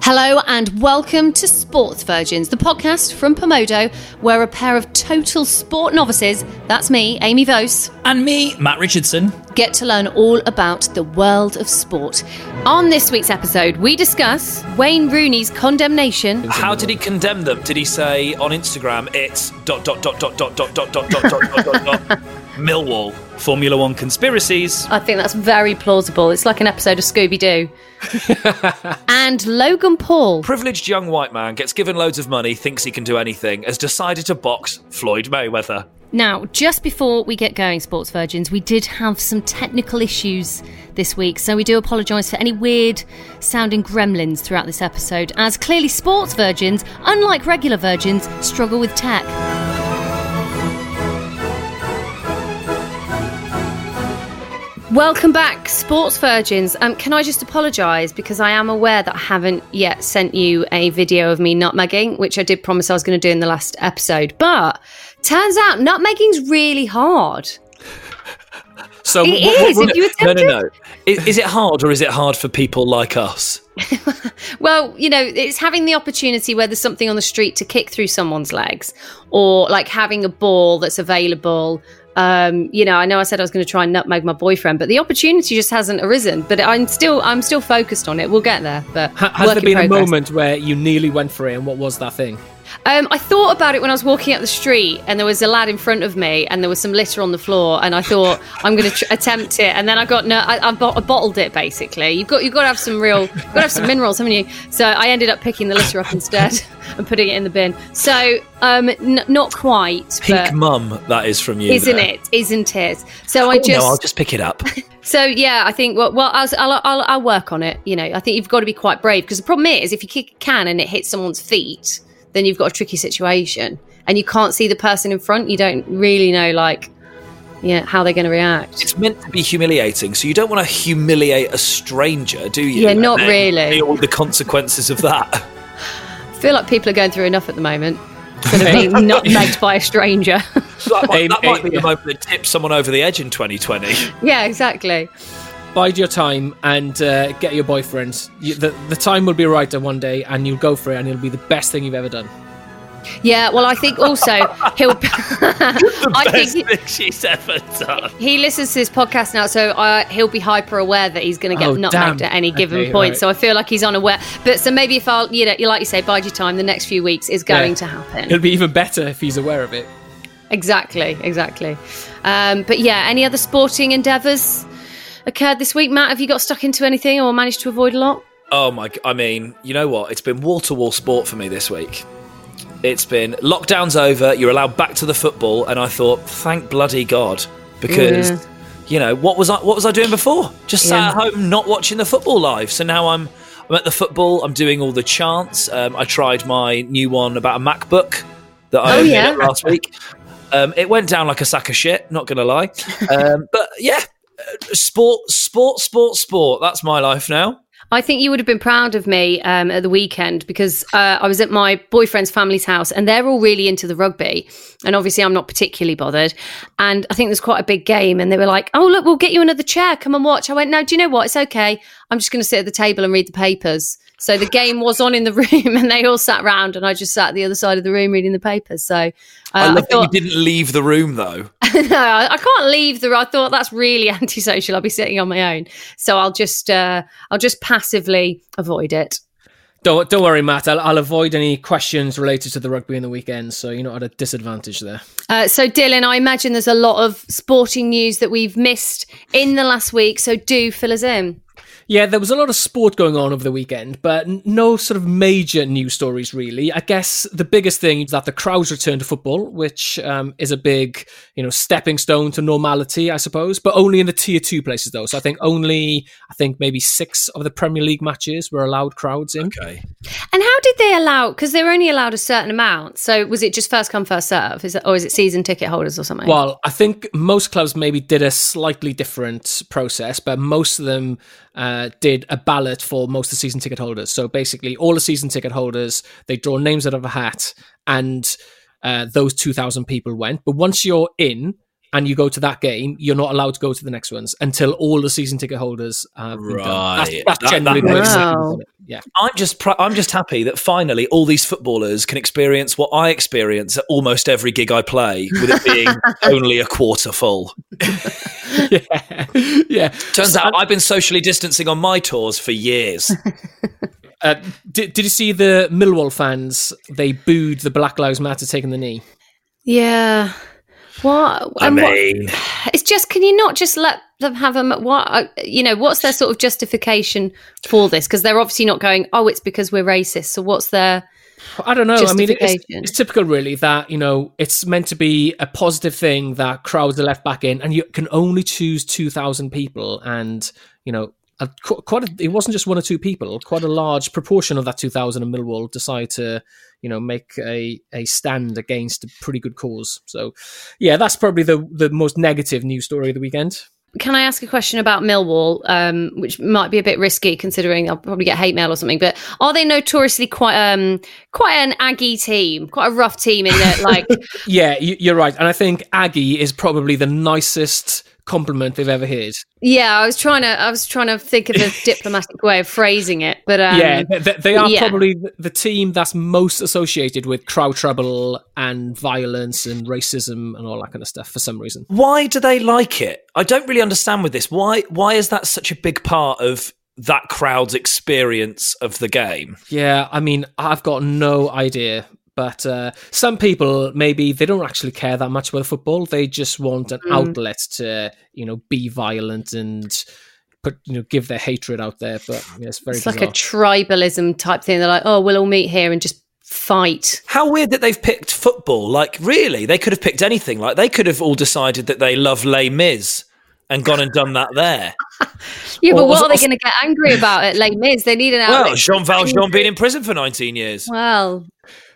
Hello and welcome to Sports Virgins, the podcast from Pomodo, where a pair of total sport novices, that's me, Amy Vose, And me, Matt Richardson. get to learn all about the world of sport. On this week's episode, we discuss Wayne Rooney's condemnation. How did he condemn them? Did he say on Instagram it's dot dot dot dot dot dot dot dot dot dot dot dot Millwall Formula One conspiracies? I think that's very plausible. It's like an episode of Scooby Doo. and Logan Paul. Privileged young white man gets given loads of money, thinks he can do anything, has decided to box Floyd Mayweather. Now, just before we get going, Sports Virgins, we did have some technical issues this week, so we do apologise for any weird sounding gremlins throughout this episode, as clearly Sports Virgins, unlike regular Virgins, struggle with tech. Welcome back, Sports Virgins. Um, can I just apologise because I am aware that I haven't yet sent you a video of me nutmegging, which I did promise I was going to do in the last episode. But turns out nutmegging's really hard. So It is, if you no, attempt no, no. Is, is it hard, or is it hard for people like us? Well, you know, it's having the opportunity where there's something on the street to kick through someone's legs, or like having a ball that's available. Um, you know, I know I said I was going to try and nutmeg my boyfriend, but the opportunity just hasn't arisen. But I'm still, I'm still focused on it. We'll get there. But Ha- has work there in been a progress. moment where you nearly went for it, and what was that thing? Um, I thought about it when I was walking up the street, and there was a lad in front of me, and there was some litter on the floor, and I thought I'm going to tr- attempt it, and then I got no, I, I, bo- I bottled it basically. You've got you've got to have some real, you've got to have some minerals, haven't you? So I ended up picking the litter up instead and putting it in the bin. So um, n- not quite, Pink but mum, that is from you, isn't there. it? Isn't it? So I Oh, just, No, I'll just pick it up. so yeah, I think well, well, I'll, I'll, I'll, I'll work on it. You know, I think you've got to be quite brave because the problem is if you kick a can and it hits someone's feet, then you've got a tricky situation and you can't see the person in front. You don't really know like, yeah, how they're going to react. It's meant to be humiliating, so you don't want to humiliate a stranger, do you? Yeah, And not then really. Feel the consequences of that. I feel like people are going through enough at the moment. Sort of being nutmegged by a stranger. That might, Aim- that might aim- be the moment that tips someone over the edge in 2020. yeah, exactly. Bide your time and uh, get your boyfriend. You, the, the time will be right on one day, and you'll go for it, and it'll be the best thing you've ever done. Yeah. Well, I think also he'll. I Best think. thing she's ever done. He listens to this podcast now, so uh, he'll be hyper aware that he's going to get Oh, nutmegged damn. at any given Okay, point. right. So I feel like he's unaware. But so maybe if I'll, you know, you like you say, bide your time. The next few weeks is going Yeah. to happen. It'll be even better if he's aware of it. exactly, exactly. Um, but yeah, any other sporting endeavours occurred this week? Matt, have you got stuck into anything or managed to avoid a lot? Oh my! g- I mean, you know what? It's been wall to wall sport for me this week. It's been lockdown's over. You're allowed back to the football, and I thought, thank bloody god, because Yeah. you know what was I? What was I doing before? Just Mm. Yeah. sat at home, not watching the football live. So now I'm I'm at the football. I'm doing all the chants. Um, I tried my new one about a MacBook that I Oh, opened yeah. up last week. Um, it went down like a sack of shit. Not gonna lie, um, but yeah, uh, sport, sport, sport, sport. That's my life now. I think you would have been proud of me um, at the weekend because uh, I was at my boyfriend's family's house and they're all really into the rugby. And obviously, I'm not particularly bothered. And I think there's quite a big game. And they were like, oh, look, we'll get you another chair. Come and watch. I went, no, do you know what? It's okay. I'm just going to sit at the table and read the papers. So the game was on in the room and they all sat round and I just sat at the other side of the room reading the papers. So uh, I love I thought, that you didn't leave the room though. no, I I can't leave the. I thought that's really antisocial. I'll be sitting on my own, so I'll just, uh, I'll just passively avoid it. Don't, don't worry, Matt. I'll, I'll avoid any questions related to the rugby in the weekend, so you're not at a disadvantage there. Uh, so, Dylan, I imagine there's a lot of sporting news that we've missed in the last week. So, do fill us in. Yeah, there was a lot of sport going on over the weekend, but n- no sort of major news stories really. I guess the biggest thing is that the crowds returned to football, which um, is a big, you know, stepping stone to normality, I suppose. But only in the tier two places though. So I think only I think maybe six of the Premier League matches were allowed crowds in. Okay. And how did they allow? Because they were only allowed a certain amount. So was it just first come first serve? Is it, or is it season ticket holders or something? Well, I think most clubs maybe did a slightly different process, but most of them uh, did a ballot for most of the season ticket holders. So basically, all the season ticket holders they draw names out of a hat, and uh, those two thousand people went. But once you're in and you go to that game, you're not allowed to go to the next ones until all the season ticket holders have been done. That's, Right. that's That- that generally the way makes the system sense. is, yeah. I'm just pr- I'm just happy that finally all these footballers can experience what I experience at almost every gig I play, with it being only a quarter full. yeah, yeah. Turns out I've been socially distancing on my tours for years. Uh, did, did you see the Millwall fans? They booed the Black Lives Matter taking the knee. yeah. What? I and what- mean, it's just can you not just let them have a m- what uh, you know what's their sort of justification for this because they're obviously not going oh it's because we're racist so what's their I don't know. I mean, it's, Justification. it's typical, really, that you know it's meant to be a positive thing that crowds are left back in, and you can only choose two thousand people, and you know, a, qu- quite a, it wasn't just one or two people. Quite a large proportion of that two thousand in Millwall decide to, you know, make a a stand against a pretty good cause. So, yeah, that's probably the the most negative news story of the weekend. can I ask a question about Millwall, um, which might be a bit risky considering I'll probably get hate mail or something? But are they notoriously quite um, quite an Aggie team, quite a rough team in that like Yeah, you, you're right, and I think Aggie is probably the nicest compliment they've ever heard. yeah? I was trying to I was trying to think of a diplomatic way of phrasing it, but um, yeah, they, they- they are yeah. probably th- the team that's most associated with crowd trouble and violence and racism and all that kind of stuff for some reason. why do they like it? I don't really understand with this. Why why is that such a big part of that crowd's experience of the game? Yeah, I mean, I've got no idea. But uh, some people maybe they don't actually care that much about football. They just want Mm. an outlet to, you know, be violent and put, you know, give their hatred out there. But yeah, it's very it's like a bizarre. tribalism type thing. They're like, oh, we'll all meet here and just fight. How weird that they've picked football. Like, really, they could have picked anything. Like, they could have all decided that they love Les Mis and gone and done that there. Yeah, Or- but what or- are they going to get angry about at Les Mis? They need an outlet. Well, Jean Valjean been in prison for 19 years. Well,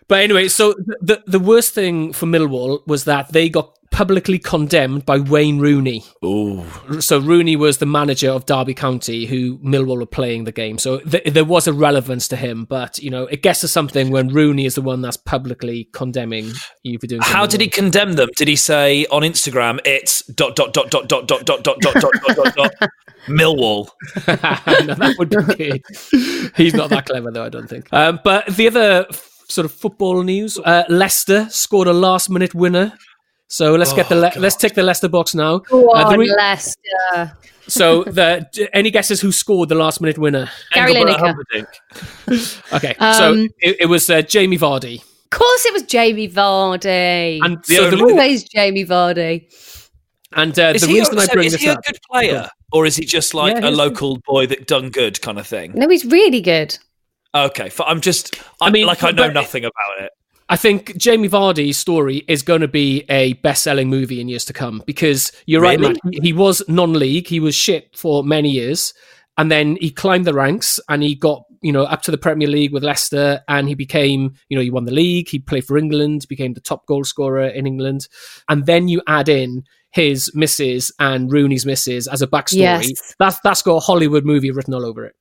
But anyway, so th- the the worst thing for Millwall was that they got publicly condemned by Wayne Rooney. Ooh. So Rooney was the manager of Derby County, who Millwall were playing the game. So th- there was a relevance to him, but you know, it gets to something when Rooney is the one that's publicly condemning you for doing. How something did he wrong. condemn them? Did he say on Instagram it's dot dot dot dot dot dot dot dot dot dot dot dot dot Millwall? No, that would be good. He's not that clever, though, I don't think. Um, but the other f- sort of football news uh, Leicester scored a last minute winner. So let's Oh, get the Le- let's tick the Leicester box now. Uh, the God, re- Leicester. so the d- any guesses who scored the last minute winner? Gary Engelbert Lineker. Humperdinck. Okay, so Um, it, it was uh, Jamie Vardy, Of course, it was Jamie Vardy. and The so the only- re- Always Jamie Vardy. and uh, Is the he, reason I so bring is this he a up. good player or is he just like Yeah, he a is. local boy that done good kind of thing? No, he's really good. Okay, f- I'm just. I, I mean, mean, like I know but- nothing about it. I think Jamie Vardy's story is going to be a best-selling movie in years to come because you're Really? right, Matt. He was non-league. He was shit for many years, and then he climbed the ranks and he got you know up to the Premier League with Leicester, and he became you know he won the league. He played for England, became the top goal scorer in England, and then you add in his misses and Rooney's misses as a backstory. Yes. That's that's got a Hollywood movie written all over it.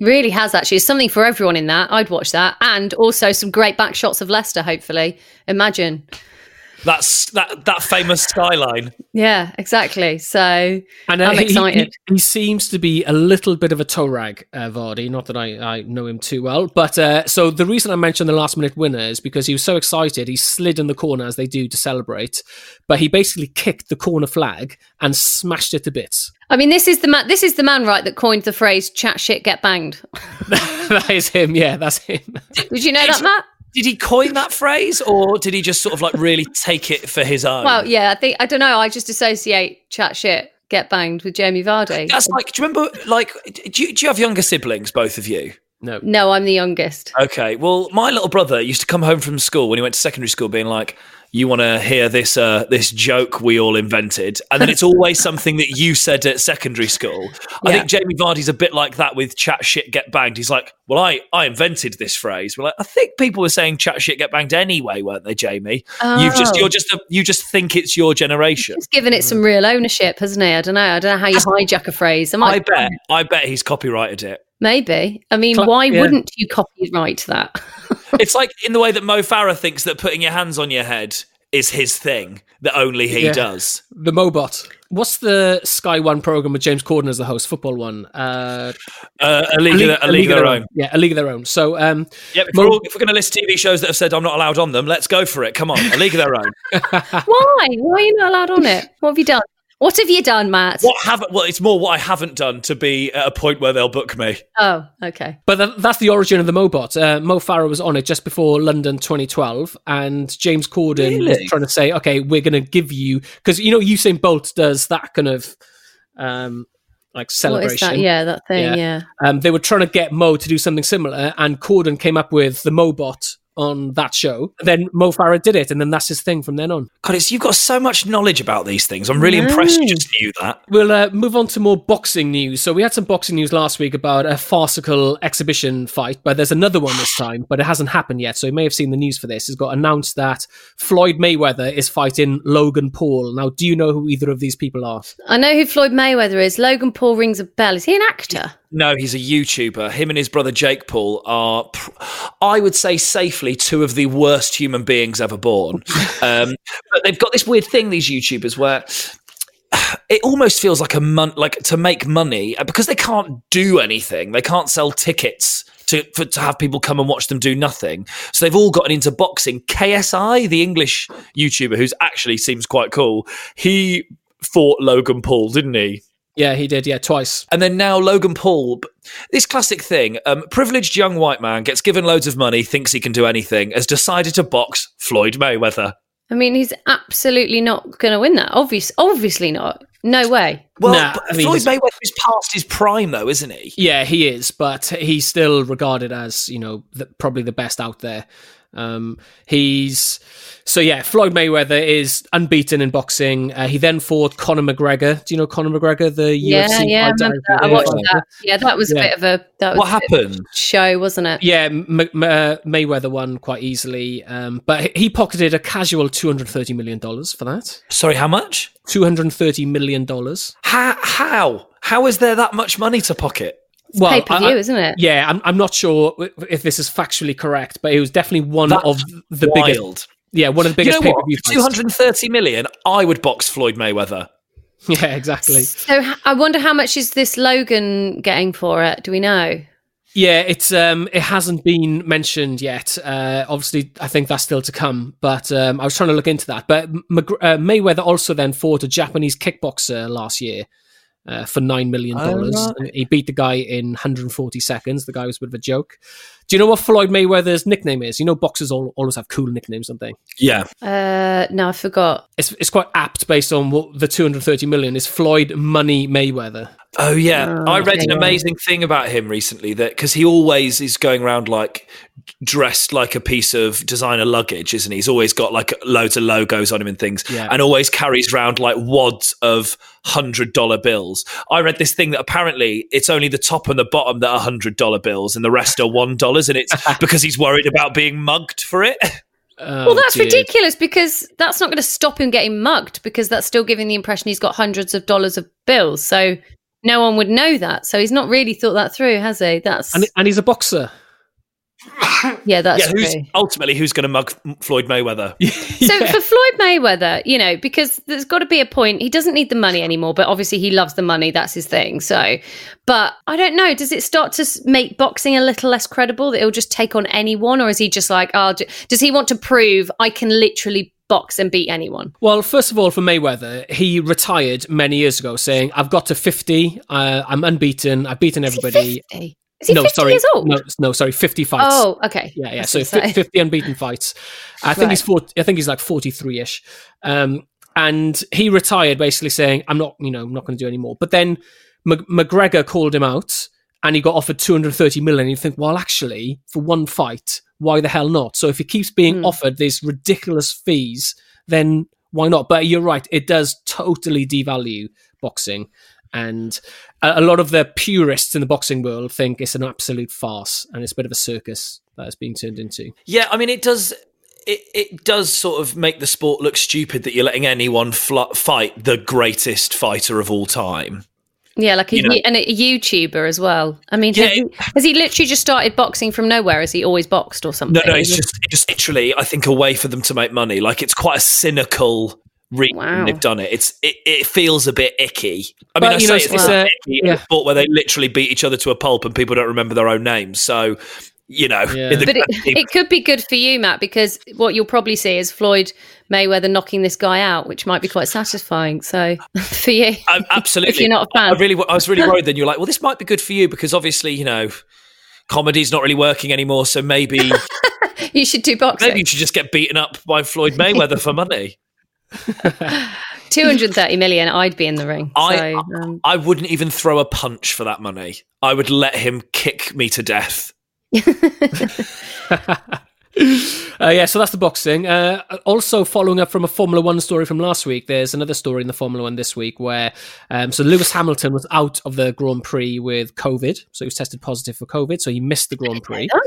Really has actually. It's something for everyone in that. I'd watch that, and also some great back shots of Leicester. Hopefully, imagine. That's that that famous skyline. Yeah, exactly. So And uh, I'm he- he- excited. He, he seems to be a little bit of a toe rag, uh, Vardy. Not that I, I know him too well, but uh, so the reason I mentioned the last minute winner is because he was so excited. He slid in the corner as they do to celebrate, but he basically kicked the corner flag and smashed it to bits. I mean, this is the man. This is the man, right? That coined the phrase "chat shit, get banged." that is him. Yeah, that's him. Did you know that, Matt? Did he coin that phrase or did he just sort of like really take it for his own? Well, yeah. I think I don't know. I just associate chat shit, get banged with Jamie Vardy. That's like, do you remember, like, do you, do you have younger siblings, both of you? No. no, I'm the youngest. Okay. Well, my little brother used to come home from school when he went to secondary school, being like, "You want to hear this uh, this joke we all invented?" And then it's always something that you said at secondary school. I think Jamie Vardy's a bit like that with "chat shit get banged." He's like, "Well, I I invented this phrase." We're like, "I think people were saying chat shit get banged anyway, weren't they, Jamie? You've just Oh. you're just a, you just think it's your generation." He's given it some Mm. real ownership, hasn't he? I don't know. I don't know how you hijack a phrase. I might, I bet I bet he's copyrighted it. Maybe. I mean, Cla- why yeah. wouldn't you copyright that? It's like in the way that Mo Farah thinks that putting your hands on your head is his thing that only he Yeah. does. The Mobot. What's the Sky One program with James Corden as the host? Football one. Uh, Uh, a league, of their- a league of their own. Yeah, a league of their own. So, um, Yep, if, we're all, if we're going to list TV shows that have said I'm not allowed on them, let's go for it. Come on, a league of their own. why? Why are you not allowed on it? What have you done? What have you done, Matt? What haven't? Well, it's more what I haven't done to be at a point where they'll book me. Oh, okay. but tha- that's the origin of the Mobot. Uh, Mo Farah was on it just before London 2012, and James Corden was Really? trying to say, okay, we're going to give you because you know Usain Bolt does that kind of um, like What celebration. is that? Yeah, that thing. Yeah. Yeah. Um, they were trying to get Mo to do something similar, and Corden came up with the Mobot on that show. Then Mo Farah did it, and then that's his thing from then on. God, it's, you've got so much knowledge about these things. I'm really impressed you just knew that. We'll uh, move on to more boxing news. So we had some boxing news last week about a farcical exhibition fight, but there's another one this time, but it hasn't happened yet. So you may have seen the news for this. It's got announced that Floyd Mayweather is fighting Logan Paul. Now, do you know who either of these people are? I know who Floyd Mayweather is. Logan Paul rings a bell. Is he an actor? No, he's a YouTuber. Him and his brother Jake Paul are, pr- I would say, safely two of the worst human beings ever born. Um, but they've got this weird thing, these YouTubers, where it almost feels like a month, like to make money uh, because they can't do anything. They can't sell tickets to for, to have people come and watch them do nothing. So they've all gotten into boxing. KSI, the English YouTuber, who's actually seems quite cool, he fought Logan Paul, didn't he? Yeah, he did. Yeah, twice. And then now Logan Paul, b- this classic thing, um, privileged young white man gets given loads of money, thinks he can do anything, has decided to box Floyd Mayweather. I mean, he's absolutely not going to win that. Obvious, obviously not. No way. Well, Nah, but I mean, Floyd he's- Mayweather is past his prime, though, isn't he? Yeah, he is, but he's still regarded as you know the, probably the best out there. Um, he's so yeah. Floyd Mayweather is unbeaten in boxing. Uh, he then fought Conor McGregor. Do you know Conor McGregor, the yeah, UFC yeah. I, fighter? remember that. I Yeah. watched that. Yeah, that was Yeah. a bit of a that was What a bit happened? of a show, wasn't it? Yeah, M- M- uh, Mayweather won quite easily, um, but he pocketed a casual two hundred thirty million dollars for that. Sorry, how much? Two hundred thirty million dollars. How? How? How is there that much money to pocket? Well, Pay per I- I- view, isn't it? yeah, I'm, I'm not sure w- if this is factually correct, but it was definitely one That's of the biggest. Wild. Yeah, one of the you biggest know pay per what? view. For 230 million, I would box Floyd Mayweather. Yeah, exactly. So h- I wonder how much is this Logan getting for it? Do we know? Yeah, it's um, it hasn't been mentioned yet. Uh, obviously, I think that's still to come. But um, I was trying to look into that. But McGr- uh, Mayweather also then fought a Japanese kickboxer last year uh, for nine million dollars. He beat the guy in 140 seconds. The guy was a bit of a joke. Do you know what Floyd Mayweather's nickname is? You know, boxers all, always have cool nicknames, don't they? Yeah. Uh, no, I forgot. It's it's quite apt based on what the 230 million is. Floyd Money Mayweather. Oh yeah, I read an okay. amazing thing about him recently that because he always is going around like dressed like a piece of designer luggage, isn't he? He's always got like loads of logos on him and things, Yeah. and always carries around like wads of hundred dollar bills. I read this thing that apparently it's only the top and the bottom that are hundred dollar bills, and the rest are one dollars, and it's because he's worried about being mugged for it. Oh, Well, that's dear. ridiculous because that's not going to stop him getting mugged because that's still giving the impression he's got hundreds of dollars of bills. So no one would know that. So he's not really thought that through, has he? That's And, and he's a boxer. yeah, that's yeah, who's true. ultimately who's going to mug Floyd Mayweather? So for Floyd Mayweather, you know, because there's got to be a point. He doesn't need the money anymore, but obviously he loves the money. That's his thing. So, but I don't know. Does it start to s- make boxing a little less credible that he'll just take on anyone, or is he just like, oh, d- does he want to prove I can literally box and beat anyone? Well, first of all, for Mayweather, he retired many years ago, saying, "I've got to fifty. Uh, I'm unbeaten. I've beaten everybody." Fifty? Is he no, fifty sorry, years old? No, no, sorry, fifty fights. oh, okay. yeah, yeah. That's So what I'm fi saying. fifty unbeaten fights. I think he's 40, I think he's like forty-three ish. Um, and he retired basically saying, "I'm not, you know, I'm not going to do any more." But then Mc- McGregor called him out, and he got offered 230 million. And you think, well, actually, for one fight, why the hell not? So if he keeps being Hmm. offered these ridiculous fees, then why not? But you're right; it does totally devalue boxing. And a, a lot of the purists in the boxing world think it's an absolute farce and it's a bit of a circus that it's being turned into. Yeah, I mean, it does. It, it does sort of make the sport look stupid that you're letting anyone fl- fight the greatest fighter of all time. Yeah, like a, You know. you- and a YouTuber as well. I mean, Yeah, has, he, has he literally just started boxing from nowhere? Has he always boxed or something? No, no, it's just it's just literally, I think, a way for them to make money. Like it's quite a cynical reason Wow. they've done it. It's it, it feels a bit icky. I But, mean, I you say know, it's, it's- not it's a- icky in a yeah. sport where they literally beat each other to a pulp and people don't remember their own names. So you know, Yeah. in the But it, grand scheme- it could be good for you, Matt, because what you'll probably see is Floyd Mayweather knocking this guy out, which might be quite satisfying. So for you, I- absolutely. if you're not a I- fan. I really, I was really worried. Then you're like, well, this might be good for you because obviously, you know, comedy's not really working anymore. So maybe, you should do Uh, maybe boxing. you should just get beaten up by Floyd Mayweather for money. Two hundred thirty million, I'd be in the ring. I- so, um, I wouldn't even throw a punch for that money. I would let him kick me to death. Uh, yeah, so that's the boxing. Uh, also, following up from a Formula One story from last week, there's another story in the Formula One this week where um, so Lewis Hamilton was out of the Grand Prix with COVID, so he was tested positive for COVID, so he missed the Grand Prix. Oh.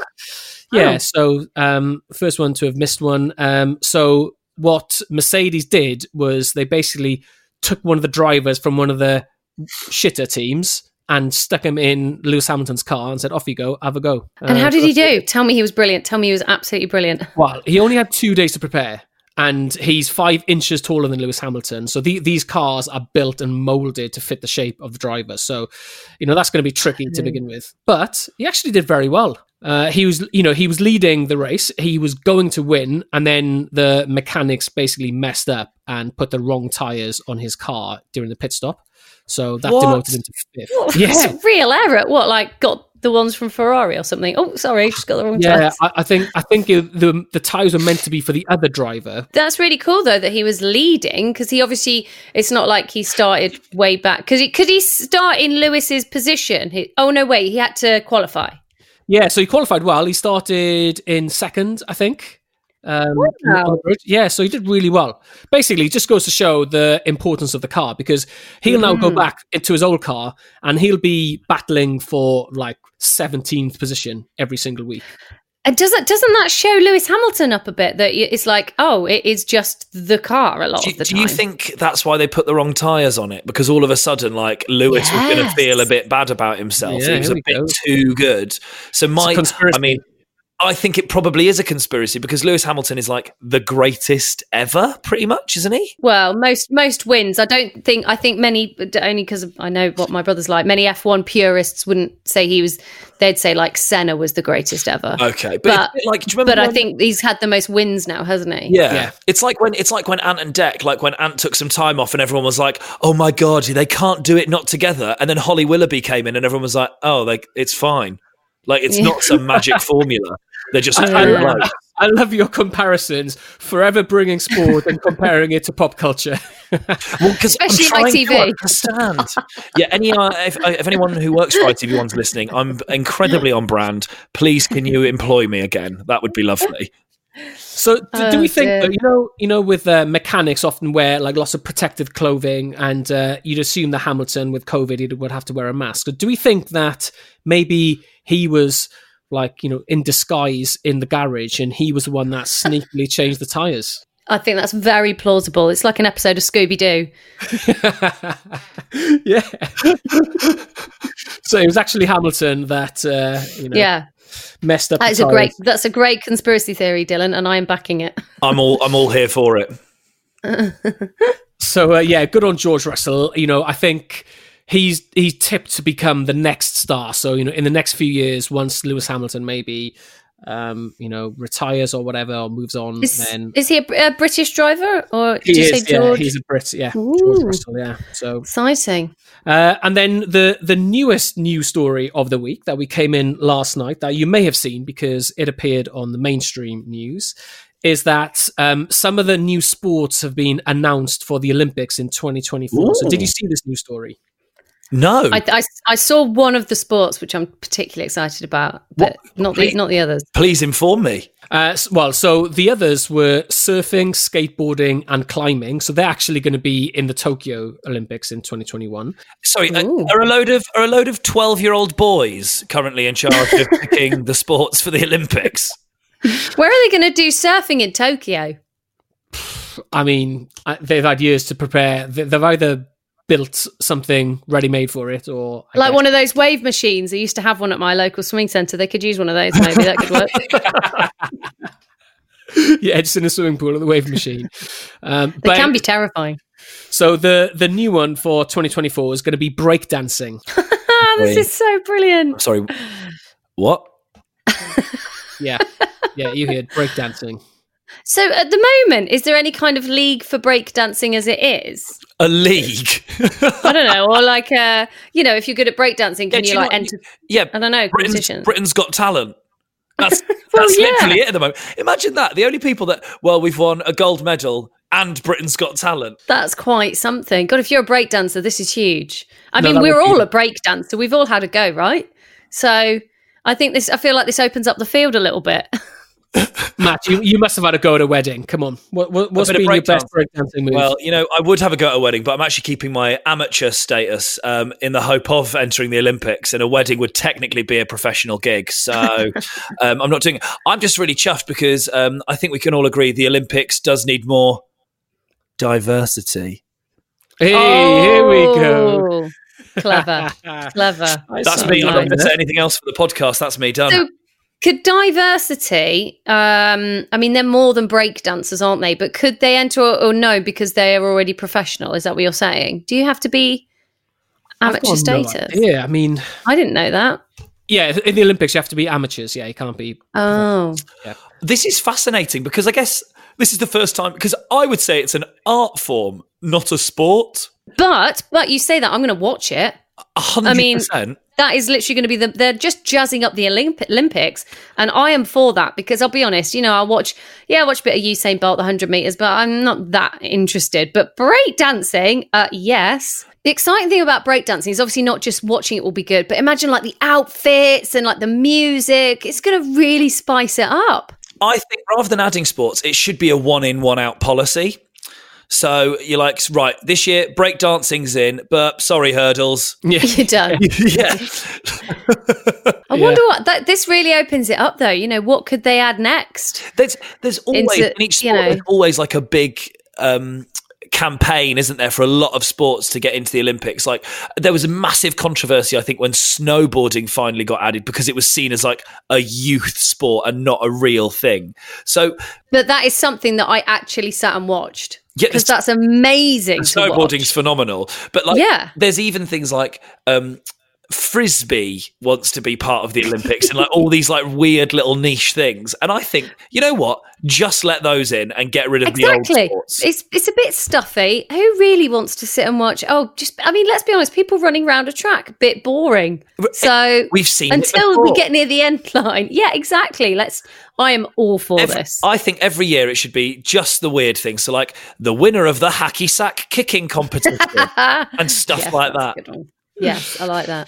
Yeah, so um, first one to have missed one. Um, so what Mercedes did was they basically took one of the drivers from one of the shitter teams and stuck him in Lewis Hamilton's car and said, "Off you go, have a go." and Uh, how did he do? Tell me he was brilliant. Tell me he was absolutely brilliant. well, he only had two days to prepare, and he's five inches taller than Lewis Hamilton. So the, these cars are built and molded to fit the shape of the driver. So, you know, that's going to be tricky to begin with. But he actually did very well. Uh, he was, you know, he was leading the race. He was going to win, and then the mechanics basically messed up and put the wrong tires on his car during the pit stop. So that What? demoted him to fifth. It's a real error. What, like got the ones from Ferrari or something? Oh, sorry, just got the wrong Yeah, yeah, I, I think I think it, the the tires were meant to be for the other driver, That's really cool though that he was leading because he obviously it's not like he started way back because he could he start in Lewis's position. He, oh no, wait, he had to qualify. Yeah, so he qualified well. He started in second, I think. Um, on the grid. Yeah, so he did really well. Basically, it just goes to show the importance of the car because he'll now go back into his old car and he'll be battling for like 17th position every single week. And does that doesn't that show Lewis Hamilton up a bit that y- it's like oh it is just the car a lot Do, of the do time. you think that's why they put the wrong tires on it? Because all of a sudden, like Lewis was going to Yes. feel a bit bad about himself. Yeah, he was here a we bit go. too good. So my, conspiracy. I mean, I think it probably is a conspiracy because Lewis Hamilton is like the greatest ever, pretty much, isn't he? Well, most most wins. I don't think. I think many only because I know what my brother's like. Many F one purists wouldn't say he was. They'd say like Senna was the greatest ever. Okay, but, But- it's a bit like, do you remember? but I when- think he's had the most wins now, hasn't he? Yeah. Yeah. it's like when it's like when Ant and Deck, like when Ant took some time off, and everyone was like, "Oh my god, they can't do it not together." And then Holly Willoughby came in, and everyone was like, "Oh, like it's fine, like it's Yeah. not some magic formula. They're just I, I all love, alike." I love your comparisons, forever bringing sport and comparing it to pop culture. Well, because Especially I'm trying ITV. To understand. yeah, any uh, if, if anyone who works for ITV one's listening, I'm incredibly on brand. Please, can you employ me again? That would be lovely. So d- do Oh, we think dear. that, you know you know with uh, mechanics often wear like lots of protective clothing and uh, you'd assume that Hamilton with COVID he would have to wear a mask. But Do we think that maybe he was like you know in disguise in the garage and he was the one that sneakily changed the tires? I think that's very plausible. It's like an episode of Scooby Doo. yeah. so it was actually Hamilton that uh, you know Yeah, messed up. that the is a great. tires. That's a great conspiracy theory, Dylan, and I am backing it. I'm all I'm all here for it. So uh, yeah, good on George Russell. You know, I think he's he's tipped to become the next star. So you know, in the next few years, once Lewis Hamilton maybe um, you know retires or whatever or moves on, Is, then is he a, a British driver or he did you is. say yeah, George? he's a Brit. Yeah, George Ooh. Russell. Yeah. So Exciting. uh, and then the the newest news story of the week that we came in last night that you may have seen because it appeared on the mainstream news is that um, some of the new sports have been announced for the Olympics in 2024. So, did you see this new story? Oh. No. I, I, I saw one of the sports which I'm particularly excited about, but not the, Please- not the others. Please inform me. Uh, s- well, so the others were surfing, skateboarding, and climbing. So they're actually going to be in the Tokyo Olympics in 2021. Sorry, uh, Ooh. are a load of are a load of twelve year old boys currently in charge of picking the sports for the Olympics? Where are they going to do surfing in Tokyo? I mean, I- they've had years to prepare. They- They've either built something ready made for it, or I like guess- one of those wave machines. I used to have one at my local swimming centre. They could use one of those. Maybe that could work. yeah, just in a swimming pool or the wave machine. Um, They but can be terrifying. so the the new one for 2024 is going to be breakdancing. Ah, this Wait. is so brilliant. Sorry, what? Yeah, yeah, you heard breakdancing. So at the moment, is there any kind of league for breakdancing as it is? A league? I don't know, or like uh, you know, if you're good at breakdancing, Yeah, can do you you like know- enter? yeah, I don't know, Britain's, competitions. Britain's Got Talent. That's that's yeah. literally it at the moment. Imagine that. The only people that well, we've won a gold medal and Britain's Got Talent. That's quite something. God, if you're a breakdancer, this is huge. I No, mean, that we're would be- all a breakdancer. We've all had a go, right? So I think this. I feel like this opens up the field a little bit. Matt, you, you must have had a go at a wedding. Come on, what, what, what's bit of been your best breakdance. breakdancing move? Well, you know, I would have a go at a wedding, but I'm actually keeping my amateur status um, in the hope of entering the Olympics. And a wedding would technically be a professional gig, so um, I'm not doing. It. I'm just really chuffed because um, I think we can all agree the Olympics does need more diversity. hey, here we go. Oh, Clever, clever. That's sound me. I'm not going like to that. say anything else for the podcast. That's me done. So, could diversity? Um, I mean, they're more than break dancers, aren't they? But could they enter or, or no because they are already professional? Is that what you're saying? Do you have to be amateur status? Yeah, I mean, I didn't know that. yeah, in the Olympics you have to be amateurs. Yeah, you can't be. Oh, this is fascinating because I guess this is the first time because I would say it's an art form, not a sport. but but you say that I'm going to watch it. A hundred mean- percent. That is literally going to be the. They're just jazzing up the Olymp- Olympics, and I am for that because I'll be honest. You know, I watch. Yeah, I watch a bit of Usain Bolt, the hundred meters, but I'm not that interested. But break dancing, uh, yes. The exciting thing about breakdancing is obviously not just watching it will be good, but imagine like the outfits and like the music. It's going to really spice it up. I think rather than adding sports, it should be a one in, one out policy. So you're like, right, this year break dancing's in, but sorry, hurdles. Yeah, You're done. yeah. I wonder what that this really opens it up though. You know, what could they add next? There's there's always Into- in each you sport know. there's always like a big um campaign isn't there for a lot of sports to get into the olympics like there was a massive controversy i think when snowboarding finally got added because it was seen as like a youth sport and not a real thing so But that is something that I actually sat and watched Yeah, because this- that's amazing. to watch. snowboarding's phenomenal but like Yeah. there's even things like um frisbee wants to be part of the olympics and like all these like weird little niche things and i think you know what just let those in and get rid of the old Exactly. sports It's it's a bit stuffy. Who really wants to sit and watch? Oh, just I mean, let's be honest. People running round a track, bit boring. So we've seen it until we before. get near the end line. Yeah, exactly. Let's. I am all for Every- this. I think every year it should be just the weird thing. So, like the winner of the hacky sack kicking competition and stuff Yes, like that's that. a good one. Yes, I like that.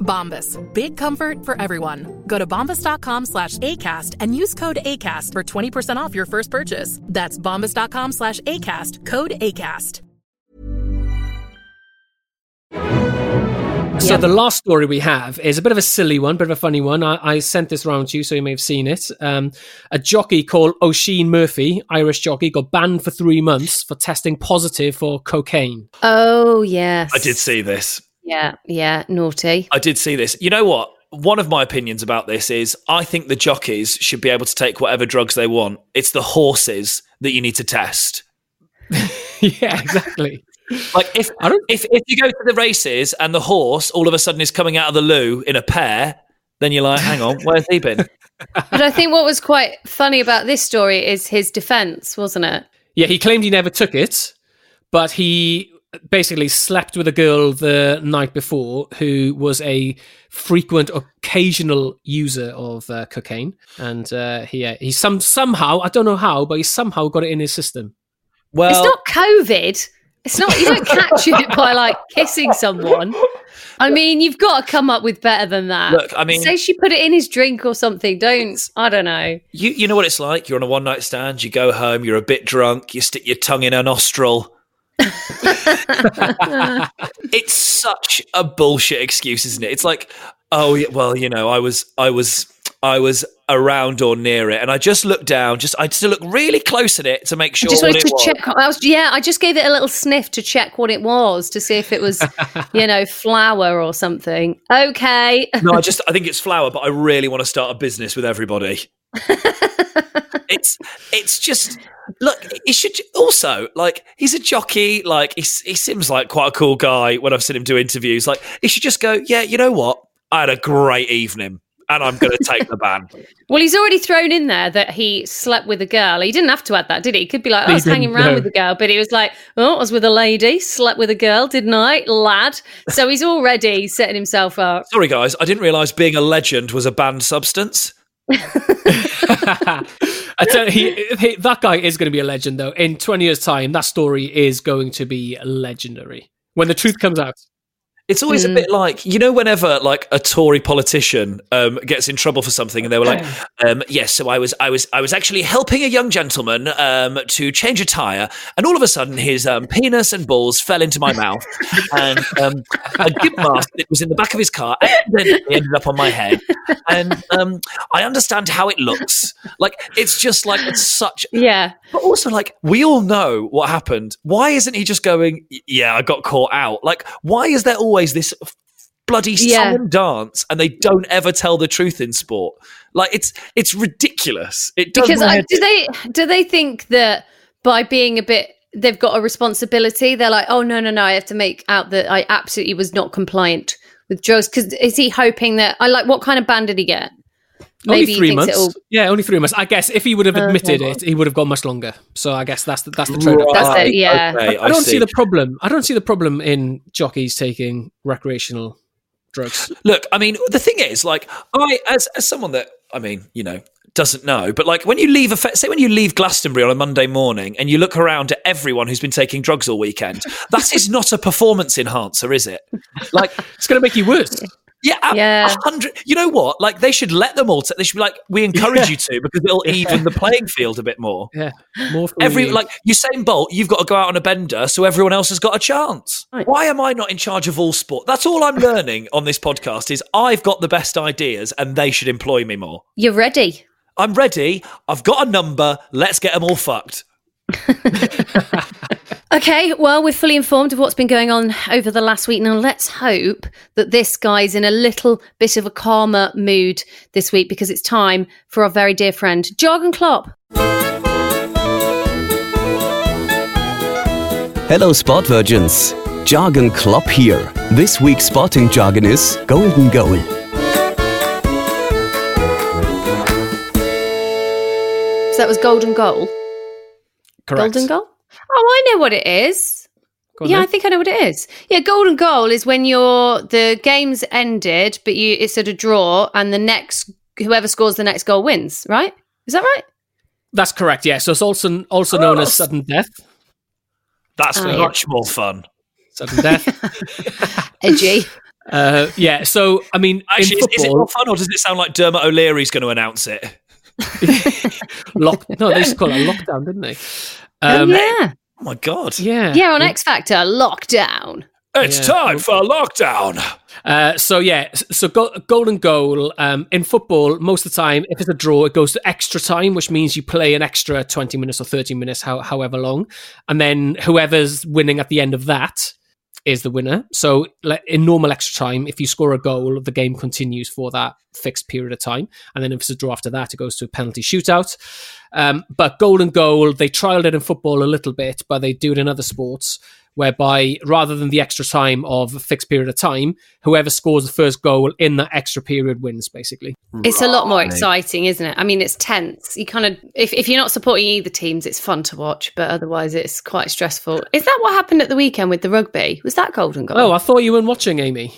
Bombas. Big comfort for everyone. Go to bombas.com slash ACAST and use code ACAST for 20% off your first purchase. That's bombas.com slash ACAST, code ACAST. So Yeah. the last story we have is a bit of a silly one, bit of a funny one. I, I sent this round to you, so you may have seen it. Um, a jockey called O'Sheen Murphy, Irish jockey, got banned for three months for testing positive for cocaine. Oh yes, I did see this. Yeah, yeah, naughty. I did see this. You know what? One of my opinions about this is I think the jockeys should be able to take whatever drugs they want. It's the horses that you need to test. yeah, exactly. Like if I don't- if if you go to the races and the horse all of a sudden is coming out of the loo in a pair, then you're like, hang on, where's he been? But I think what was quite funny about this story is his defence, wasn't it? Yeah, he claimed he never took it, but he basically slept with a girl the night before who was a frequent occasional user of uh, cocaine and uh, he uh, he some somehow I don't know how but he somehow got it in his system Well, it's not COVID. It's not. You don't catch it by like kissing someone. I mean, you've got to come up with better than that. Look, I mean- say she put it in his drink or something. Don't. I don't know. you you know what it's like. You're on a one night stand. You go home. You're a bit drunk. You stick your tongue in her nostril. it's such a bullshit excuse, isn't it? It's like, oh yeah, well, you know, I was I was I was around or near it, and I just looked down. Just I just look really close at it to make I sure. just what wanted it to was. check. I was, yeah, I just gave it a little sniff to check what it was to see if it was, you know, flour or something. Okay. No, I just I think it's flour, but I really want to start a business with everybody. it's it's just look. It should also like he's a jockey. Like he s- he seems like quite a cool guy when I've seen him do interviews. Like he should just go. Yeah, you know what? I had a great evening, and I'm going to take the ban. Well, he's already thrown in there that he slept with a girl. He didn't have to add that, did he? He could be like, oh, I He was hanging didn't, around no. with a girl, but he was like, oh, I was with a lady, slept with a girl, didn't I, lad? So he's already setting himself up. Sorry, guys, I didn't realise being a legend was a banned substance. I tell you, he, he, that guy is going to be a legend though in 20 years time that story is going to be legendary when the truth comes out It's always a bit like you know whenever like a Tory politician um, gets in trouble for something, and they were like, um, "Yes, so I was, I was, I was actually helping a young gentleman um, to change a tire, and all of a sudden his um, penis and balls fell into my mouth, and um, a gimp mask that was in the back of his car accidentally ended up on my head, and um, I understand how it looks. Like it's just like it's such Yeah. but also, like, we all know what happened. Why isn't he just going, "Y- yeah, I got caught out? Like, why is there always this f- bloody song Yeah. and dance and they don't ever tell the truth in sport? Like, it's it's ridiculous. It does Because my I, head do in. they do they think that by being a bit they've got a responsibility? They're like, oh no no no, I have to make out that I absolutely was not compliant with drugs. Because is he hoping that I like what kind of ban did he get? only three months it'll- yeah only three months I guess if he would have admitted it he would have gone much longer so I guess that's the, that's the trade off That's it, Right, yeah. okay, I, don't see. see the problem. I don't see the problem in jockeys taking recreational drugs. Look, I mean, the thing is, like, I as as someone that I mean, you know, doesn't know, but like when you leave a fe- say when you leave Glastonbury on a Monday morning and you look around at everyone who's been taking drugs all weekend, that is not a performance enhancer, is it? Like, It's going to make you worse. yeah, a- Yeah. a hundred. You know what? Like, they should let them all. ta- they should be like, we encourage you to because it'll even the playing field a bit more. Yeah, more for Every you. like Usain Bolt, you've got to go out on a bender, so everyone else has got a chance. Why am I not in charge of all sport? That's all I'm learning on this podcast is I've got the best ideas, and they should employ me more. You're ready. I'm ready. I've got a number. Let's get them all fucked. Okay, well, we're fully informed of what's been going on over the last week. Now, let's hope that this guy's in a little bit of a calmer mood this week because it's time for our very dear friend, Jorgen Klopp. Hello, Sport Virgins. Jargon Klopp here. This week's sporting jargon is golden goal. So that was Golden Goal. Correct. Golden Goal? Oh, I know what it is. Go on yeah, then. I think I know what it is. Yeah, Golden Goal is when you're, the game's ended, but you it's at a draw and the next, whoever scores the next goal wins, right? Is that right? that's correct. Yeah, so it's also also known as sudden death. That's Oh, yeah. much more fun. Sudden death. Edgy. Uh, yeah, so I mean, Actually, in is, is it more football, fun or does it sound like Dermot O'Leary's going to announce it? lock, no, they used to call it a lockdown, didn't they? Um, oh, yeah. Oh my god! yeah, Yeah, on X Factor, lockdown. It's Yeah. time for lockdown. Uh, so yeah, s- so go- golden goal um, in football. Most of the time, if it's a draw, it goes to extra time, which means you play an extra twenty minutes or thirty minutes, how- however long, and then whoever's winning at the end of that is the winner. So like, in normal extra time, if you score a goal, the game continues for that fixed period of time, and then if it's a draw after that, it goes to a penalty shootout. Um, but golden goal, they trialed it in football a little bit, but they do it in other sports. Whereby, rather than the extra time of a fixed period of time, whoever scores the first goal in that extra period wins, basically. It's a lot more exciting, isn't it? I mean, it's tense. You kind of, if, if you're not supporting either teams, it's fun to watch, but otherwise, it's quite stressful. Is that what happened at the weekend with the rugby? Was that golden goal? Oh, I thought you weren't watching, Amy.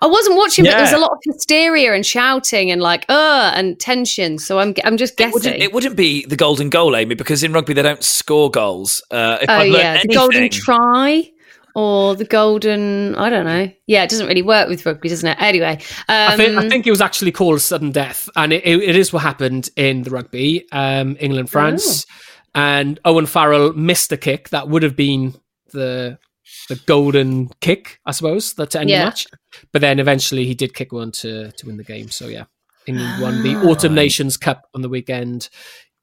I wasn't watching, but there was Yeah. a lot of hysteria and shouting and like, uh, and tension. So I'm, I'm just It wouldn't, guessing. it wouldn't be the golden goal, Amy, because in rugby they don't score goals. Uh, if oh I've learned yeah, the golden anything- try or the golden, I don't know. Yeah, it doesn't really work with rugby, doesn't it? Anyway, um, I, think, I think it was actually called sudden death, and it, it, it is what happened in the rugby, um, England France, and Owen Farrell missed a kick that would have been the the golden kick, I suppose, that to end Yeah. the match. But then eventually he did kick one to to win the game. So yeah, England won the Autumn Nations Cup on the weekend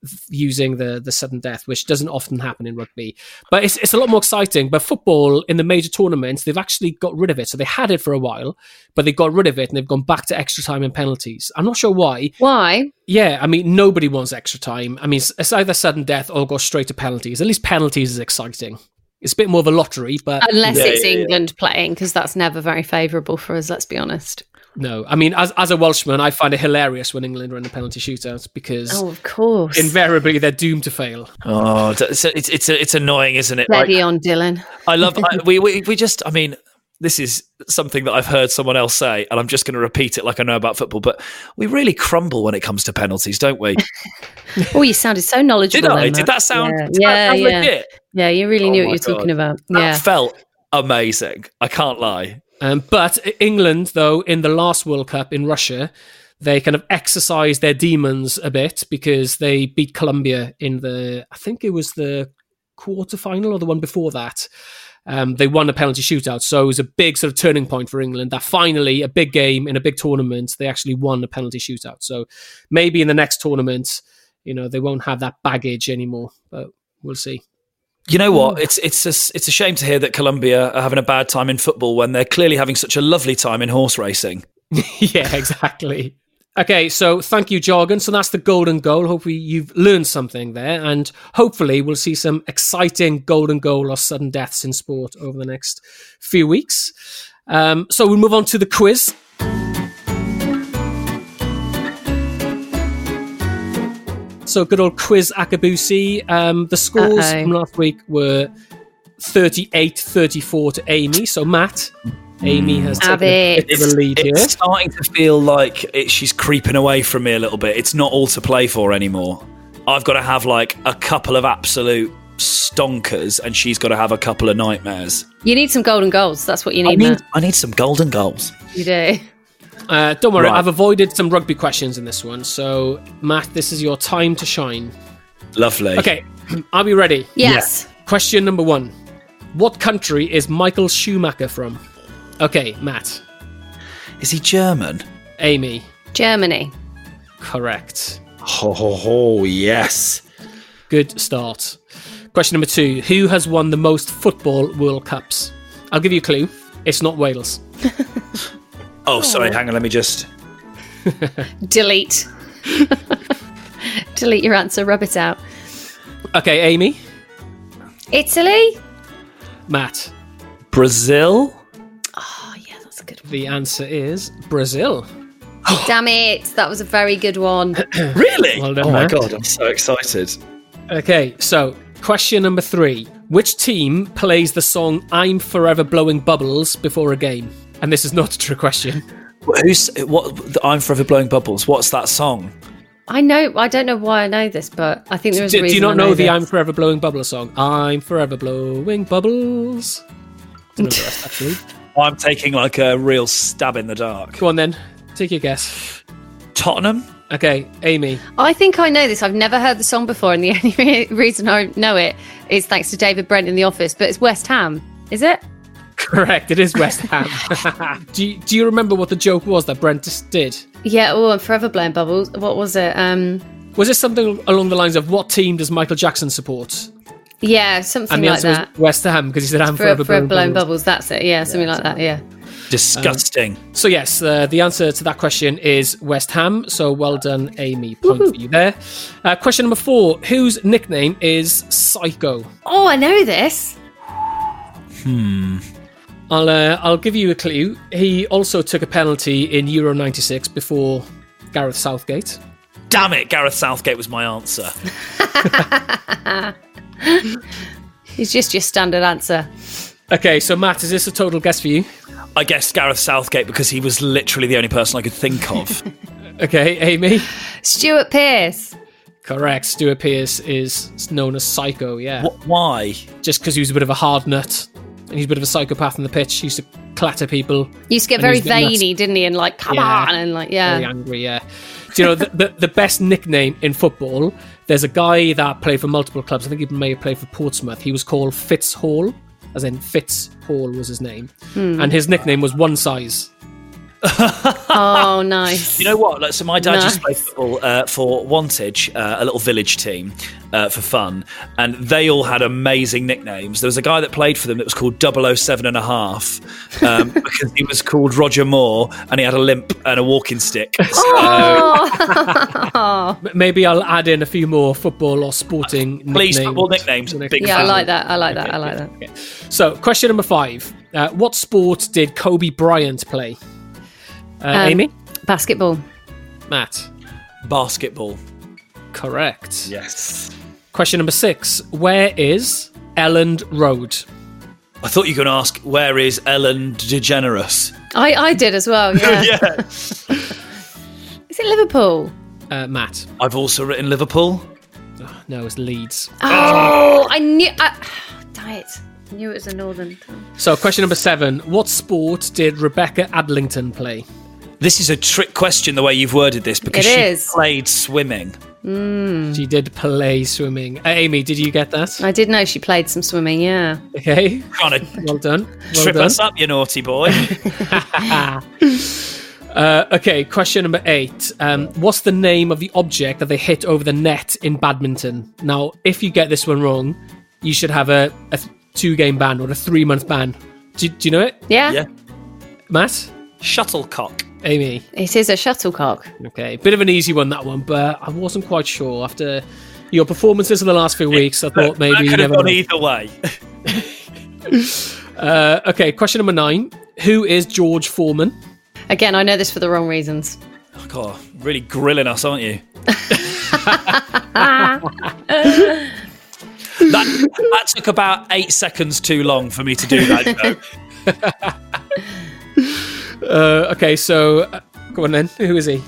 f- using the the sudden death, which doesn't often happen in rugby. But it's it's a lot more exciting. But football in the major tournaments, they've actually got rid of it. So they had it for a while, but they got rid of it and they've gone back to extra time and penalties. I'm not sure why. why? Yeah, I mean nobody wants extra time. I mean it's- it's either sudden death or go straight to penalties. At least penalties is exciting. It's a bit more of a lottery, but Unless Yeah, it's yeah, yeah. England playing, because that's never very favourable for us. Let's be honest. no. I mean, as as a Welshman, I find it hilarious when England are in the penalty shootout because Oh, of course. invariably they're doomed to fail. Oh, d- so it's it's it's annoying, isn't it? Steady Like, on, Dylan. I love. I, we, we we just. I mean, this is something that I've heard someone else say, and I'm just going to repeat it like I know about football. But we really crumble when it comes to penalties, don't we? Oh, you sounded so knowledgeable. Did I? then, Did Matt. that sound? Yeah, did that yeah, sound yeah. legit? Yeah, you really Oh knew my what you were talking God. about. That Yeah. felt amazing. I can't lie. Um, but England, though, in the last World Cup in Russia, they kind of exercised their demons a bit because they beat Colombia in the, I think it was the quarterfinal or the one before that. Um, they won a penalty shootout. So it was a big sort of turning point for England that finally, a big game in a big tournament, they actually won a penalty shootout. So maybe in the next tournament, you know, they won't have that baggage anymore, but we'll see. You know Mm. what? It's it's a, s- it's a shame to hear that Colombia are having a bad time in football when they're clearly having such a lovely time in horse racing. yeah, exactly. Okay, so thank you, Jorgen. So that's the golden goal. Hopefully, you've learned something there, and hopefully, we'll see some exciting golden goal or sudden deaths in sport over the next few weeks. Um, so we'll move on to the quiz. So good old quiz Akabusi. Um, the scores Uh-oh. from last week were 38 34 to Amy. So, Matt, Amy has taken a Have bit of a lead here. It's starting to feel like it, she's creeping away from me a little bit. It's not all to play for anymore. I've got to have like a couple of absolute stonkers, and she's got to have a couple of nightmares. You need some golden goals. That's what you I need, need Matt. I need some golden goals. You do. Uh, don't worry, Right. I've avoided some rugby questions in this one. So, Matt, this is your time to shine. Lovely. Okay, are we ready? Yes. Question number one What country is Michael Schumacher from? Okay, Matt. Is he German? Amy. Germany. Correct. Ho ho ho! Yes. Good start. Question number two Who has won the most football World Cups? I'll give you a clue. It's not Wales. Oh, sorry. Hang on. Let me just. Delete. Delete your answer. Rub it out. Okay, Amy. Italy. Matt. Brazil. Oh yeah, that's a good one. The answer is Brazil. Damn it, that was a very good one. Really? Well done, oh my Matt. god! I'm so excited. Okay, so question number three. Which team plays the song I'm Forever Blowing Bubbles before a game? And this is not a trick question. Who's what? The I'm forever blowing bubbles. What's that song? I know. I don't know why I know this, but I think there is. a Do, do reason you I not know the this. I'm Forever Blowing Bubbles song? I'm Forever Blowing Bubbles. Don't know the rest, actually. I'm taking like a real stab in the dark. Go on then. Take your guess. Tottenham. Okay, Amy. I think I know this. I've never heard the song before, and the only re- reason I know it is thanks to David Brent in The Office. But it's West Ham, is it? Correct. It is West Ham. do, you, do you remember what the joke was that Brent just did? Yeah. Oh, I'm forever blowing bubbles. What was it? Um, Was it something along the lines of what team does Michael Jackson support? yeah, something And the like answer that. was West Ham because he said I'm Forever, forever, forever blown blowing bubbles. bubbles. That's it. Yeah, something like that. Yeah. Disgusting. So yes, uh, the answer to that question is West Ham. So well done, Amy. Point for you there. Uh, question number four: Whose nickname is Psycho? Oh, I know this. I'll uh, I'll give you a clue. He also took a penalty in Euro '96 before Gareth Southgate. Damn it, Gareth Southgate was my answer. It's just your standard answer. Okay, so Matt, is this a total guess for you? I guess Gareth Southgate because he was literally the only person I could think of. Okay, Amy. Stuart Pearce. Correct. Stuart Pearce is known as Psycho. Yeah, Wh- Why? just because he was a bit of a hard nut and he's a bit of a psychopath on the pitch. He used to clatter people. Used to get And very he's getting that- veiny, didn't he? And like, come Yeah. on, and like, very yeah. angry. Yeah. Do you know the, the the best nickname in football? There's a guy that played for multiple clubs. I think he may have played for Portsmouth. He was called Fitz Hall, as in Fitz Hall was his name, and his nickname was One Size. Oh, nice. You know what? Like, so my dad used to play Nice. football uh, for Wantage, uh, a little village team uh, for fun, and they all had amazing nicknames. There was a guy that played for them that was called 007 and a half um, because he was called Roger Moore and he had a limp and a walking stick. Oh, M- Maybe I'll add in a few more football or sporting Please, nicknames. football nicknames. for the next Big yeah. I fan. like that. I like that. I like that. So, question number five: uh, What sport did Kobe Bryant play? Uh, Amy, Basketball. Matt, Basketball. correct. Yes. Question number six: Where is Elland Road? I thought you were going to ask, where is Ellen DeGeneres? I, I did as well. Yeah. Oh, Yeah. Is it Liverpool? Uh, Matt, I've also written Liverpool. no, it's Leeds. Oh, I knew. I, damn it. I knew it was a northern town. So, question number seven: What sport did Rebecca Adlington play? This is a trick question, the way you've worded this, because It she is. played swimming. Hmm. She did play swimming. Uh, Amy, did you get that? I did know she played some swimming, yeah. Okay, Trying to well done. Well trip done. us up, you naughty boy. Uh, okay, question number eight: um, What's the name of the object that they hit over the net in badminton? Now, if you get this one wrong, you should have a, a th- two-game ban or a three-month ban. Do, do you know it, yeah. yeah. Matt? Shuttlecock. Amy. It is a shuttlecock. Okay, bit of an easy one that one, but I wasn't quite sure after your performances in the last few weeks. I thought maybe that you could have never. gone know. either way. Uh, okay, question number nine: Who is George Foreman? Again, I know this for the wrong reasons. God, really grilling us, aren't you? that, that took about eight seconds too long for me to do that. joke. Uh, okay, so uh, go on then. Who is he?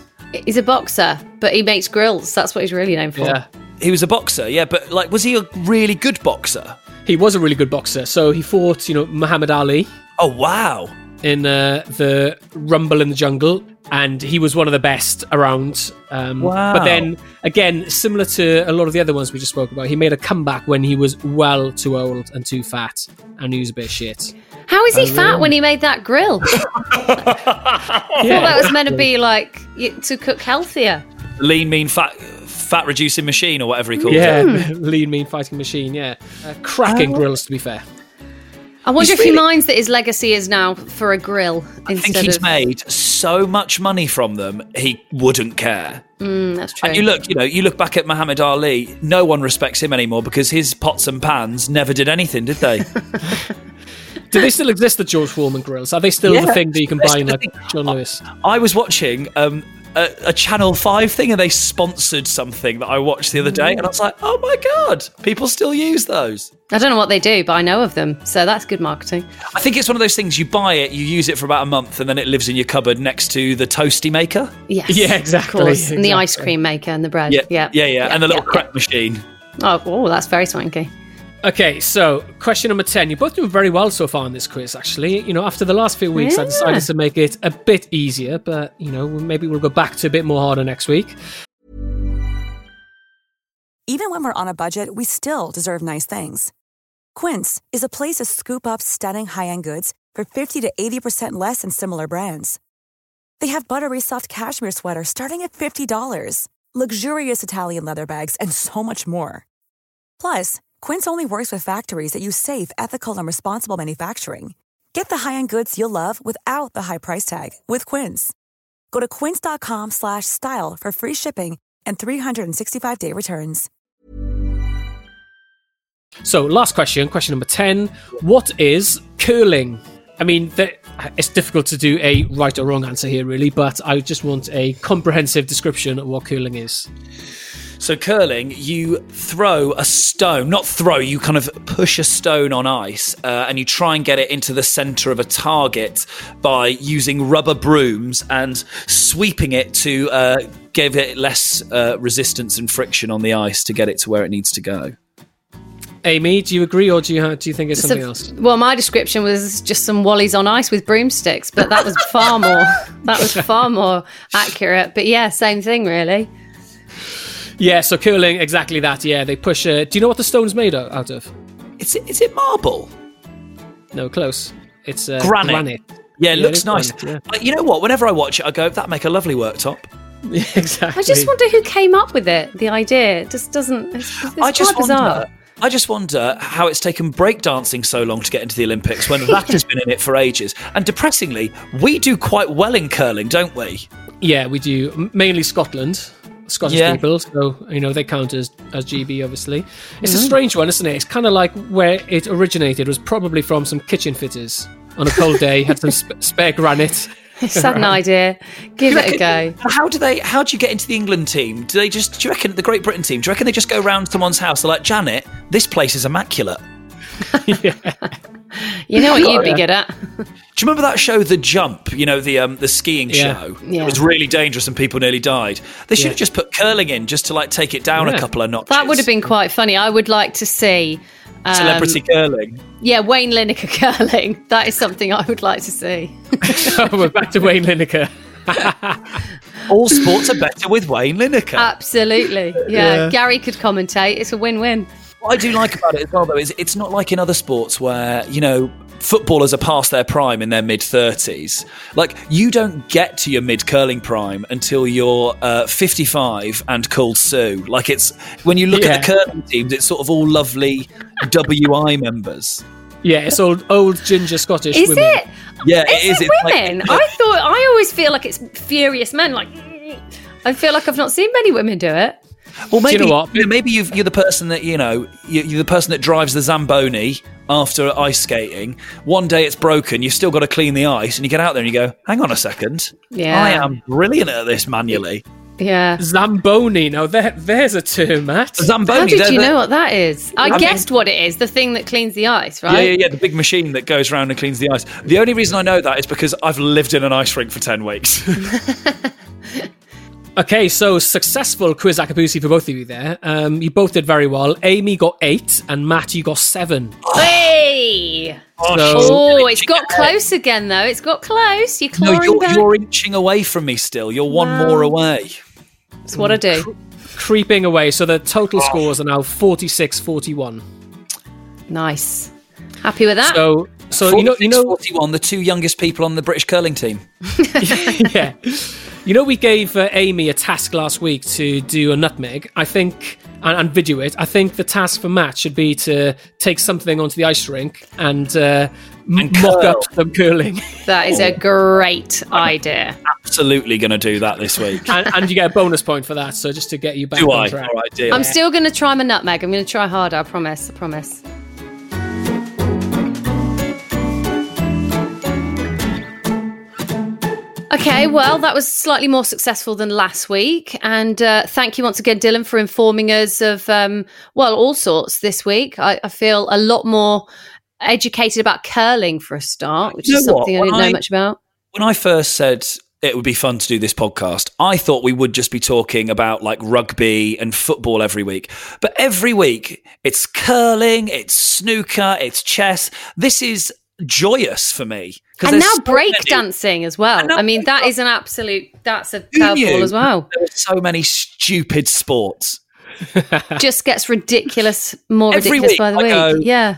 He's a boxer, but he makes grills. That's what he's really known for. Yeah. he was a boxer, yeah, but like, was he a really good boxer? He was a really good boxer, so he fought, you know, Muhammad Ali Oh wow! in uh, the Rumble in the Jungle, and he was one of the best around. Um, Wow. But then again, similar to a lot of the other ones we just spoke about, he made a comeback when he was well too old and too fat, and he was a bit shit. How Oh, is he fat when he made that grill? I thought that was meant to be like y- to cook healthier. Lean, mean, fat, fat reducing machine or whatever he called Yeah, it. lean, mean fighting machine. Yeah, uh, cracking grills. To be fair, I wonder He's if he really- minds that his legacy is now for a grill I think instead he's of. made so much money from them, he wouldn't care. Mm, that's true. And you look, you know, you look back at Muhammad Ali. No one respects him anymore because his pots and pans never did anything, did they? do they still exist? The George Foreman grills are they still the Yeah. thing that you can They're buy in still like the John Lewis? I was watching um, a, a Channel 5 thing and they sponsored something that I watched the other day. And I was like, oh my God, people still use those. I don't know what they do, but I know of them, so that's good marketing. I think it's one of those things you buy it, you use it for about a month, and then it lives in your cupboard next to the toasty maker. Yes. Yeah, of exactly, course. And the ice exactly. cream maker and the bread. Yeah. Yeah. Yeah. yeah. and the little yeah. crack machine. Oh, oh, that's very swanky. Okay, so question number 10. You're both doing very well so far on this quiz, actually. You know, after the last few weeks, I decided to make it a bit easier, but, you know, maybe we'll go back to a bit more harder next week. Even when we're on a budget, we still deserve nice things. Quince is a place to scoop up stunning high-end goods for 50 to 80% less than similar brands. They have buttery soft cashmere sweaters starting at $50, luxurious Italian leather bags, and so much more. Plus, Quince only works with factories that use safe, ethical, and responsible manufacturing. Get the high-end goods you'll love without the high price tag with Quince. Go to quince.com/style slash style for free shipping and 365-day returns. So, last question, question number 10. What is curling? I mean, th- it's difficult to do a right or wrong answer here, really, but I just want a comprehensive description of what curling is. So curling, you throw a stone, not throw, you kind of push a stone on ice uh, and you try and get it into the center of a target by using rubber brooms and sweeping it to uh, give it less uh, resistance and friction on the ice to get it to where it needs to go. Amy, do you agree or do you, do you think it's something So- else? Well, my description was just some wallies on ice with broomsticks, but that was far more that was far more accurate. But yeah, same thing really. Yeah, so curling, exactly that. Yeah, they push a. Do you know what the stone's made o- out of? Is it, is it marble? No, close. It's uh, Granite. Yeah, it Yeah, looks it is nice. granite, But you know what? Whenever I watch it, I go, that'd make a lovely worktop. Yeah, exactly. I just wonder who came up with it. The idea it just doesn't. It's, it's I just quite bizarre. wonder. I just wonder how it's taken breakdancing so long to get into the Olympics when that has been in it for ages. And depressingly, we do quite well in curling, don't we? Yeah, we do M- mainly Scotland, Scottish Yeah. people. So you know they count as as GB. Obviously, it's a Mm-hmm. strange one, isn't it? It's kind of like where it originated was probably from some kitchen fitters on a cold day had some sp- spare granite. It's an idea. Give it a go. How do they? How do you get into the England team? Do they just? Do you reckon the Great Britain team? Do you reckon they just go round someone's house? They're like, Janet, this place is immaculate. You know what you'd be good at. Do you remember that show, The Jump? You know the um, the skiing Yeah. show. Yeah. It was really dangerous and people nearly died. They should have just put curling in just to like take it down Yeah. a couple of notches. That would have been quite funny. I would like to see. um, celebrity curling. Yeah, Wayne Lineker curling. That is something I would like to see. so we're Oh, back to Wayne Lineker. All sports are better with Wayne Lineker. Absolutely. Yeah. Gary could commentate. It's a win win. What I do like about it as well, though, is it's not like in other sports where, you know, footballers are past their prime in their mid 30s. Like, you don't get to your mid curling prime until you're uh, 55 and called Sue. Like, it's when you look at the Yeah. curling teams, it's sort of all lovely WI members. Yeah, it's old old ginger Scottish Is women. it? Yeah, Is Uh, it is. it It's like- women? I thought, I always feel like it's furious men. Like, I feel like I've not seen many women do it. Well, maybe, you know what? know, maybe you've, you're the person that, you know, you- you're the person that drives the Zamboni after ice skating. One day it's broken, you've still got to clean the ice, and you get out there and you go, hang on a second. Yeah. I am brilliant at this manually. Yeah. Zamboni. Now there, there's a term, Matt. Zamboni. How did they're you the- know what that is? I, guessed what it is the thing that cleans the ice, Yeah, right? yeah, yeah, the big machine that goes around and cleans the ice. The only reason I know that is because I've lived in an ice rink for 10 weeks. Okay, so successful quiz Akabusi for both of you there. Um, you both did very well. Amy got eight, and Matt, you got seven. Hey! So, Oh, it's got close again, though. It's got close. You're no, clawing you're, back. you're inching away from me still. You're one more away. That's what I do. creeping away. So the total scores are now 46 41. Nice. Happy with Ah. that? So, so you know, you know, 41, the two youngest people on the British curling team. yeah, you know, we gave uh, Amy a task last week to do a nutmeg. I think, and, and video it. I think the task for Matt should be to take something onto the ice rink and, uh, m- mock up some curling, that is oh. a great idea. Absolutely going to do that this week. and, and you get a bonus point for that. So just to get you back Do on I? track. All right, deal. I'm still going to try my nutmeg. I'm going to try harder. I promise. I promise. Okay, well, that was slightly more successful than last week. And uh, thank you once again, Dylan, for informing us of, um, well, all sorts this week. I, I feel a lot more educated about curling for a start, which You is know what? something I When didn't know I- much about. when I first said it would be fun to do this podcast. I thought we would just be talking about like rugby and football every week. But every week it's curling, it's snooker, it's chess. This is joyous for me. 'cause And now there's so break many- dancing as well. now I mean, break that is an absolute, that's a Who knew curveball as well. There are so many stupid sports. Just gets ridiculous, more Every ridiculous week by the I week. go- yeah.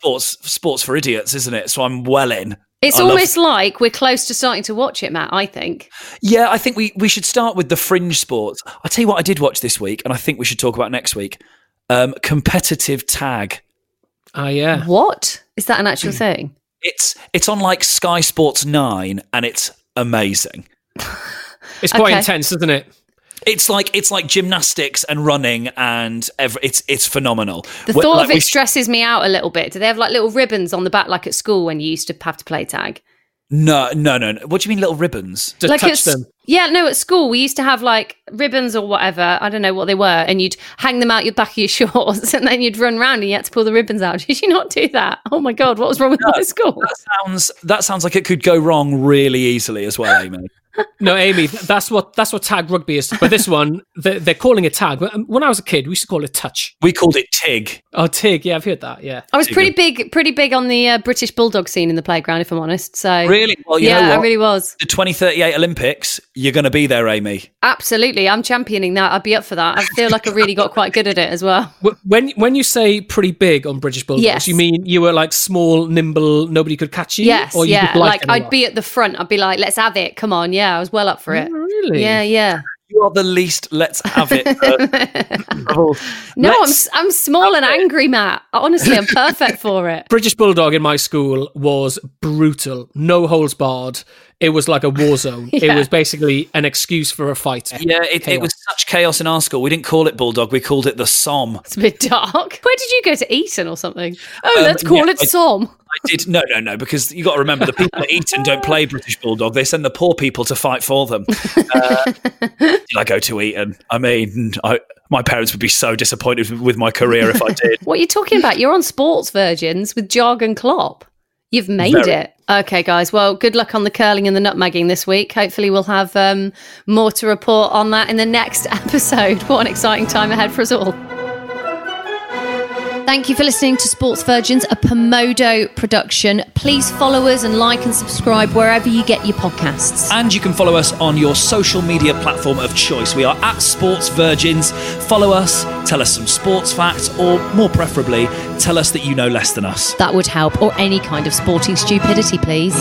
Sports sports for idiots, isn't it? So I'm well in. It's I love- almost like we're close to starting to watch it, Matt, I think. Yeah, I think we, we should start with the fringe sports. I tell you what I did watch this week, and I think we should talk about next week. Um, competitive tag. Ah, yeah. What? Is that an Hmm. actual thing? It's it's on like Sky Sports Nine, and it's amazing. It's quite Okay. intense, isn't it? It's like it's like gymnastics and running, and ev- it's it's phenomenal. The We're- thought like, of it we- stresses me out a little bit. Do they have like little ribbons on the back, like at school when you used to have to play tag? no, no, no, no. What do you mean, little ribbons? Just like at touch s- them. Yeah, no, at school we used to have like ribbons or whatever. I don't know what they were, and you'd hang them out your back of your shorts, and then you'd run round and you had to pull the ribbons out. Did you not do that? Oh my god, what was wrong with my school? That sounds that sounds like it could go wrong really easily as well, Amy. No, Amy, th- that's what that's what tag rugby is. But this one, they're, they're calling it tag. When when I was a kid, we used to call it touch. we called it TIG. Oh, tig. Yeah, I've heard that. Yeah. I was pretty big, pretty big on the uh, British bulldog scene in the playground, if I'm honest. So Really? Well, you know yeah, I what? really was. The 2038 Olympics, you're going to be there, Amy. Absolutely, I'm championing that. I'd be up for that. I feel like I really got quite good at it as well. Wh- When when you say pretty big on British Bulldogs, Yes. you mean you were like small, nimble, nobody could catch you. Yes, or you yeah. could Like anyone? I'd be at the front. I'd be like, "Let's have it. Come on." Yeah, I was well up for it. really. Yeah, yeah. You are the least let's have it. person of all. No, I'm Let's- s- I'm small and angry, Matt. Honestly, I'm perfect for it. British Bulldog in my school was brutal, no holes barred. It was like a war zone. It Yeah. was basically an excuse for a fight. yeah, it, it was such chaos in our school. We didn't call it Bulldog, we called it the Somme. It's a bit dark. Where did you go to Eton or something? Oh, Um, let's call yeah, it I- Som. I did no, no, no, because you got to remember the people at Eton don't play British Bulldog. They send the poor people to fight for them. Uh, did I go to Eton? I mean, I, my parents would be so disappointed with my career if I did. What are you talking about? You're on Sports Virgins with Jog and Klopp. You've made Very. it. Okay, guys. Well, good luck on the curling and the nutmegging this week. Hopefully, we'll have um, more to report on that in the next episode. What an exciting time ahead for us all. Thank you for listening to Sports Virgins, a Pomodo production. Please follow us and like and subscribe wherever you get your podcasts. And you can follow us on your social media platform of choice. We are at Sports Virgins. Follow us, tell us some sports facts, or more preferably, tell us that you know less than us. That would help, or any kind of sporting stupidity, please.